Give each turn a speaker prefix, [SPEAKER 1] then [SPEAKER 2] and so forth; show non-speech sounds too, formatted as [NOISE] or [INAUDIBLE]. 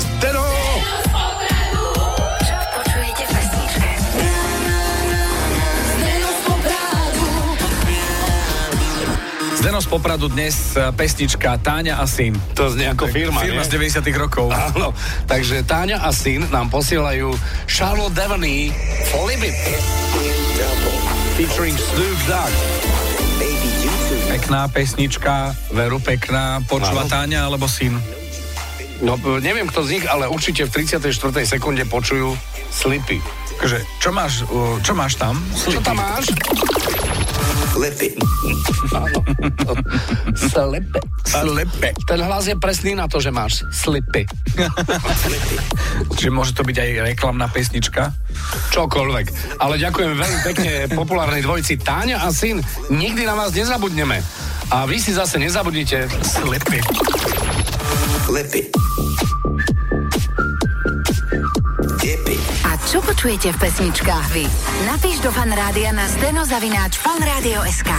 [SPEAKER 1] Zdeno!
[SPEAKER 2] Čo počujete v pesničke?
[SPEAKER 3] Zdeno z Popradu dnes eh, pesnička Táňa a syn.
[SPEAKER 1] To znie ako firma,
[SPEAKER 3] Firma
[SPEAKER 1] nie?
[SPEAKER 3] z 90 rokov.
[SPEAKER 1] Áno, takže Táňa a syn nám posielajú Charlotte Devaney Folly Bip. Featuring Snoop Dogg.
[SPEAKER 3] Pekná pesnička, veru pekná. Počúva
[SPEAKER 1] Áno.
[SPEAKER 3] Táňa alebo syn?
[SPEAKER 1] No p- neviem kto z nich, ale určite v 34. sekunde počujú Slipy.
[SPEAKER 3] Takže, čo máš, eh, čo máš tam?
[SPEAKER 1] Čo tam máš? [LAUGHS] Slipy. Áno. Slipy.
[SPEAKER 3] Slepe.
[SPEAKER 1] Ten hlas je presný na to, že máš slipy.
[SPEAKER 3] Čiže môže to byť aj reklamná pesnička?
[SPEAKER 1] Čokoľvek. Ale ďakujem veľmi pekne populárnej dvojici Táňa a syn. Nikdy na vás nezabudneme. A vy si zase nezabudnite.
[SPEAKER 3] Slepe.
[SPEAKER 2] A čo počujete v pesničkách vy? Napíš do fanrádia na steno zavináč fanradio.sk.